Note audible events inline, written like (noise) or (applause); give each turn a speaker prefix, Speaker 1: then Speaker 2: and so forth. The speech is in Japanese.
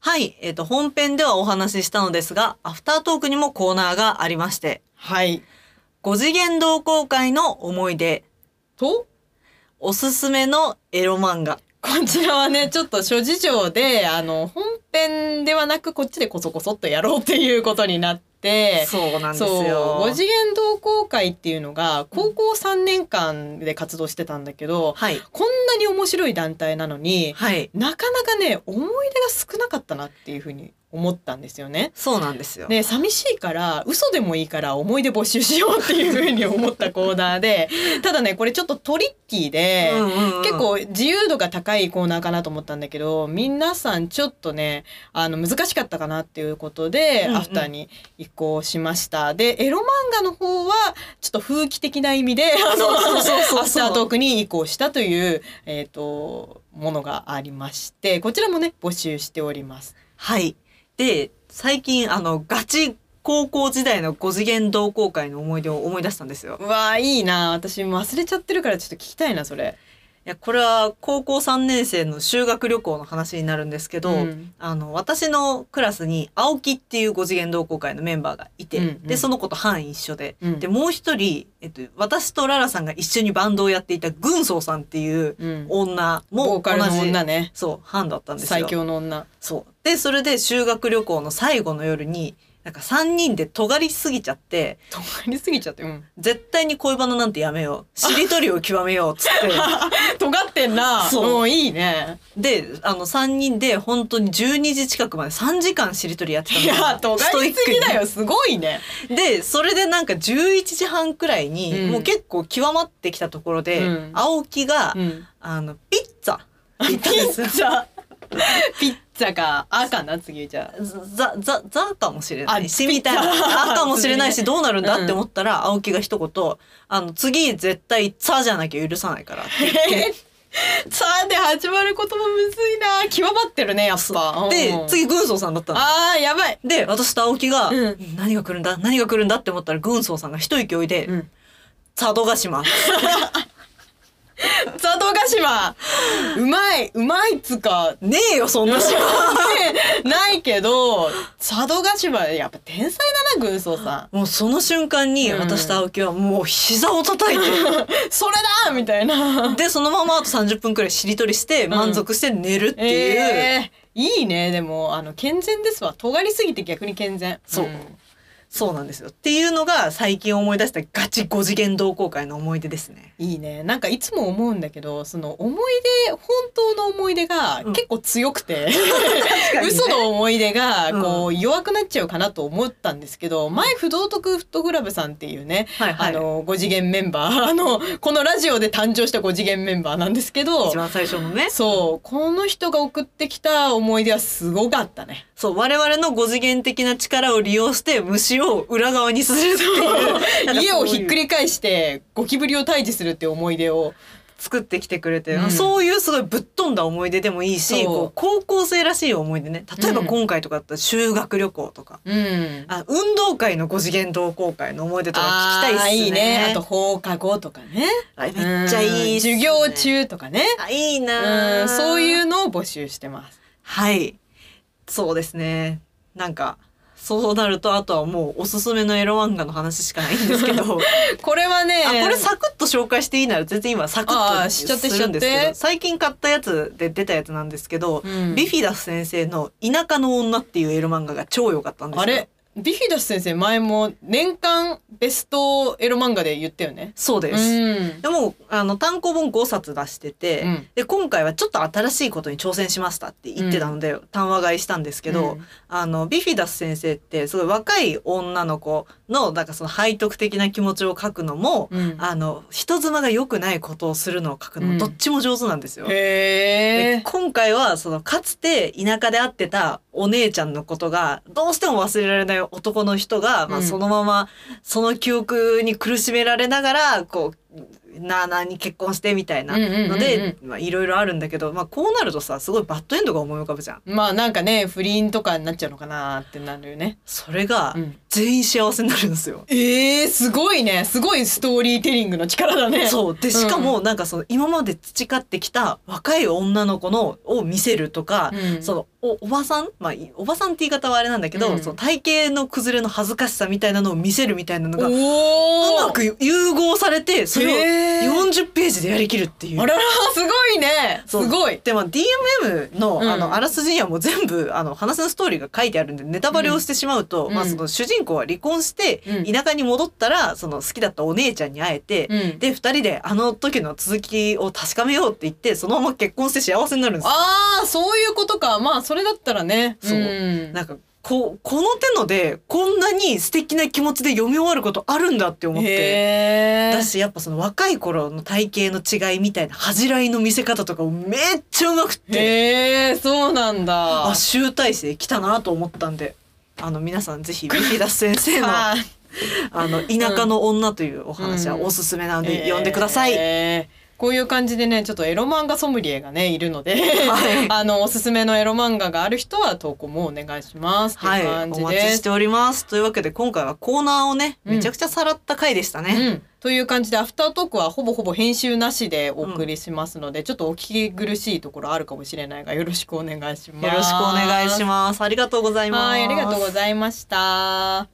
Speaker 1: はい、えっ、と、本編ではお話ししたのですが、アフタートークにもコーナーがありまして、
Speaker 2: はい。
Speaker 1: 5次元同好会の思い出、
Speaker 2: と、
Speaker 1: おすすめのエロ漫画。
Speaker 2: こちらはね、ちょっと諸事情で、あの、本編ではなく、こっちでこそこそっとやろうっていうことになって、
Speaker 1: そうなんです
Speaker 2: そう、
Speaker 1: よ。
Speaker 2: 五次元同好会っていうのが、高校3年間で活動してたんだけど、
Speaker 1: はい。
Speaker 2: こんなに面白い団体なのに、
Speaker 1: はい。
Speaker 2: なかなかね、思い出が少なかったなっていうふうに思ったんですよね。
Speaker 1: そうなんですよ。
Speaker 2: で寂しいから嘘でもいいから思い出募集しようっていうふうに思ったコーナーでただねこれちょっとトリッキーで、
Speaker 1: うんうんうん
Speaker 2: 結、構自由度が高いコーナーかなと思ったんだけど皆さんちょっとねあの難しかったかなっていうことで、
Speaker 1: うんうん
Speaker 2: アフターに移行しましたでエロ漫画の方はちょっと風紀的な意味であの
Speaker 1: そうそうそうそう
Speaker 2: アフタートークに移行したという、えー、とものがありましてこちらもね募集しております。
Speaker 1: はい。で、最近、あの、ガチ高校時代の5次元同好会の思い出を思い出したんですよ。
Speaker 2: うわーいいな私忘れちゃってるからちょっと聞きたいなそれ。
Speaker 1: いや、これは高校3年生の修学旅行の話になるんですけど、
Speaker 2: うん
Speaker 1: あの、私のクラスに青木っていう5次元同好会のメンバーがいて、
Speaker 2: うんうん
Speaker 1: で、その子と班一緒で、
Speaker 2: うん
Speaker 1: で、もう一人、えっと、私とララさんが一緒にバンドをやっていた軍曹さんっていう
Speaker 2: うん、
Speaker 1: 女
Speaker 2: ボー
Speaker 1: も同
Speaker 2: カルの
Speaker 1: じ、
Speaker 2: 女ね
Speaker 1: そう、班だったんですよ。
Speaker 2: 最強の女。 (laughs)
Speaker 1: そう。で、それで修学旅行の最後の夜に、なんか3人で尖りすぎちゃって、
Speaker 2: 止まりすぎちゃって、うん、
Speaker 1: 絶対に恋バナなんてやめよう。しりとりを極めよう。つっ
Speaker 2: (laughs) 尖ってんな
Speaker 1: そう
Speaker 2: うんいいね
Speaker 1: て。で、あの3人で本当に12時近くまで3時間しりとりやってたの
Speaker 2: いや尖りすぎだよすごいね、
Speaker 1: にで、それでなんか11時半くらいに、
Speaker 2: うん
Speaker 1: もう結構極まってきたところで、
Speaker 2: うん
Speaker 1: 青木が、
Speaker 2: うん、
Speaker 1: あの、ピッツァって
Speaker 2: ピ
Speaker 1: 言ったんですよ
Speaker 2: ッ。ツァ (laughs) ピッツァかあかな次じゃあ
Speaker 1: ザ、ザ、ザかもしれな
Speaker 2: あ
Speaker 1: いし、みたいな。あかもしれない
Speaker 2: (laughs)
Speaker 1: し、どうなるんだって思ったら、青木が一言、あの、次絶対、ザじゃなきゃ許さないからって言って。
Speaker 2: さあで始まることもむずいな極まってるねやっぱ
Speaker 1: で、
Speaker 2: うん
Speaker 1: 次、軍曹さんだったの。
Speaker 2: あーやばい、
Speaker 1: で、私と青木が、
Speaker 2: うん
Speaker 1: 何が来るんだ何が来るんだって思ったら、軍曹さんが一息置いて、
Speaker 2: ん、
Speaker 1: 佐渡島。
Speaker 2: 佐渡島うまいうまいっつうか (laughs)
Speaker 1: ねえよ、そんな島。
Speaker 2: ねないけど佐渡島やっぱ天才だな軍曹さん
Speaker 1: もうその瞬間に、
Speaker 2: うん
Speaker 1: 私と青木はもう膝を叩
Speaker 2: (laughs)
Speaker 1: いて、
Speaker 2: (laughs) それだみたいな
Speaker 1: で、そのままあと30分くらいしりとりして、満足して寝るっていう。
Speaker 2: えーいいねでもあの健全ですわ尖りすぎて逆に健全
Speaker 1: そうんそうなんですよ。っていうのが最近思い出したガチ5次元同好会の思い出ですね。
Speaker 2: いいねなんかいつも思うんだけどその思い出本当の思い出が
Speaker 1: うん
Speaker 2: 結構強くて、
Speaker 1: 確
Speaker 2: (laughs) 嘘の思い出が
Speaker 1: うん
Speaker 2: こう弱くなっちゃうかなと思ったんですけど、前不道徳フットグラブさんっていうね、
Speaker 1: はいはい
Speaker 2: あの5次元メンバーあのこのラジオで誕生した5次元メンバーなんですけど
Speaker 1: 一番最初のね。
Speaker 2: そうこの人が送ってきた思い出はすごかったね。
Speaker 1: そう、我々の5次元的な力を利用して虫を裏側にするっていう。 (laughs) なんか
Speaker 2: 家
Speaker 1: そう
Speaker 2: を
Speaker 1: いう
Speaker 2: ひっくり返してゴキブリを退治するっていう思い出を
Speaker 1: 作ってきてくれて、
Speaker 2: うん
Speaker 1: そういうすごいぶっ飛んだ思い出でもいいし、
Speaker 2: そう
Speaker 1: こう高校生らしい思い出ね。例えば
Speaker 2: うん
Speaker 1: 今回とかだったら修学旅行とか。
Speaker 2: うん
Speaker 1: あ運動会の5次元同好会の思い出とか聞きたいっすね。
Speaker 2: いいねあと放課後とかね
Speaker 1: あめっちゃいいっすね、
Speaker 2: うん授業中とかね
Speaker 1: あ。いいうなあ
Speaker 2: んそういうのを募集してます
Speaker 1: はい。そうですね。なんか、そうなると、あとはもうおすすめのエロ漫画の話しかないんですけ
Speaker 2: (laughs)
Speaker 1: ど、
Speaker 2: これはね
Speaker 1: あ、これサクッと紹介していいなら全然今サクッ
Speaker 2: あ
Speaker 1: と
Speaker 2: ーしちゃって
Speaker 1: するんです
Speaker 2: しちゃっ
Speaker 1: けど、
Speaker 2: て
Speaker 1: 最近買ったやつで出たやつなんですけど、
Speaker 2: うん
Speaker 1: ビフィダス先生の田舎の女っていうエロ漫画が超良かったんですよ。
Speaker 2: あれビフィダス先生前も年間ベストエロ漫画で言ったよね
Speaker 1: そうです。
Speaker 2: うん
Speaker 1: でも、あの、単行本5冊出してて、
Speaker 2: うん
Speaker 1: で、今回はちょっと新しいことに挑戦しましたって言ってたので、単話買いしたんですけど、
Speaker 2: うん
Speaker 1: あの、ビフィダス先生って、すごい若い女の子の、なんかその背徳的な気持ちを書くのも、
Speaker 2: うん
Speaker 1: あの、人妻が良くないことをするのを書くの
Speaker 2: うん
Speaker 1: も、どっちも上手なんですよ。
Speaker 2: へ
Speaker 1: で
Speaker 2: え
Speaker 1: 今回は、その、かつて田舎で会ってたお姉ちゃんのことが、どうしても忘れられない男の人が、ま
Speaker 2: う
Speaker 1: あ、
Speaker 2: ん
Speaker 1: そのまま、その記憶に苦しめられながら、こう、なあなあに結婚してみたいなので、まあ、いろいろあるんだけど、まあ、こうなるとさ、すごいバッドエンドが思い浮かぶじゃん。
Speaker 2: まあなんかね不倫とかになっちゃうのかなってなるよね
Speaker 1: それが、
Speaker 2: うん
Speaker 1: 全員幸せになるんですよ。
Speaker 2: ええすごいね。すごいストーリーテリングの力だね。
Speaker 1: そうでしかもなんかその今まで培ってきた若い女の子のを見せるとか、
Speaker 2: うん
Speaker 1: そのおおばさん、まあ、いおばさんって言い方はあれなんだけど、
Speaker 2: うん
Speaker 1: その体型の崩れの恥ずかしさみたいなのを見せるみたいなのがう
Speaker 2: おお。
Speaker 1: まく融合されてそれを
Speaker 2: えー
Speaker 1: 40ページでやりきるっていう。
Speaker 2: あらら、すごいね。す
Speaker 1: そう
Speaker 2: ごい。
Speaker 1: でまあ DMM の,、
Speaker 2: うん
Speaker 1: あのあらすじにはもう全部あの話のストーリーが書いてあるんでネタバレをしてしまうと、
Speaker 2: うん
Speaker 1: まあ、その主人公は離婚して
Speaker 2: うん
Speaker 1: 田舎に戻ったらその好きだったお姉ちゃんに会えて、
Speaker 2: うん。
Speaker 1: で2人であの時の続きを確かめようって言ってそのまま結婚して幸せになるんですよ。
Speaker 2: ああ、そういうことか。まあ、それだったらね。
Speaker 1: そうんなんかここの手のでこんなに素敵な気持ちで読み終わることあるんだって思って。
Speaker 2: へえ
Speaker 1: だ。しやっぱその若い頃の体型の違いみたいな恥じらいの見せ方とかもめっちゃうまくって
Speaker 2: へえ、そうなんだ。
Speaker 1: あ集大成来たなと思ったんであの皆さんぜひビビダス先生の (laughs) あ
Speaker 2: はい
Speaker 1: の田舎の女というお話はおすすめなので読んでください。
Speaker 2: えーこういう感じでねちょっとエロ漫画ソムリエがねいるので、
Speaker 1: はい
Speaker 2: (laughs) あのおすすめのエロ漫画がある人は投稿もお願いしますって
Speaker 1: はいいう
Speaker 2: 感、
Speaker 1: お
Speaker 2: じ
Speaker 1: 待
Speaker 2: で
Speaker 1: ちし
Speaker 2: す。
Speaker 1: ております。というわけで今回はコーナーをね、
Speaker 2: うん
Speaker 1: めちゃくちゃさらった回でしたね。
Speaker 2: うん、という感じでアフタートークはほぼほぼ編集なしでお送りしますので、ちょっとお聞き苦しいところあるかもしれないがよろしくお願いします。
Speaker 1: よろしくお願いします。ありがとうございます。
Speaker 2: はいありがとうございました。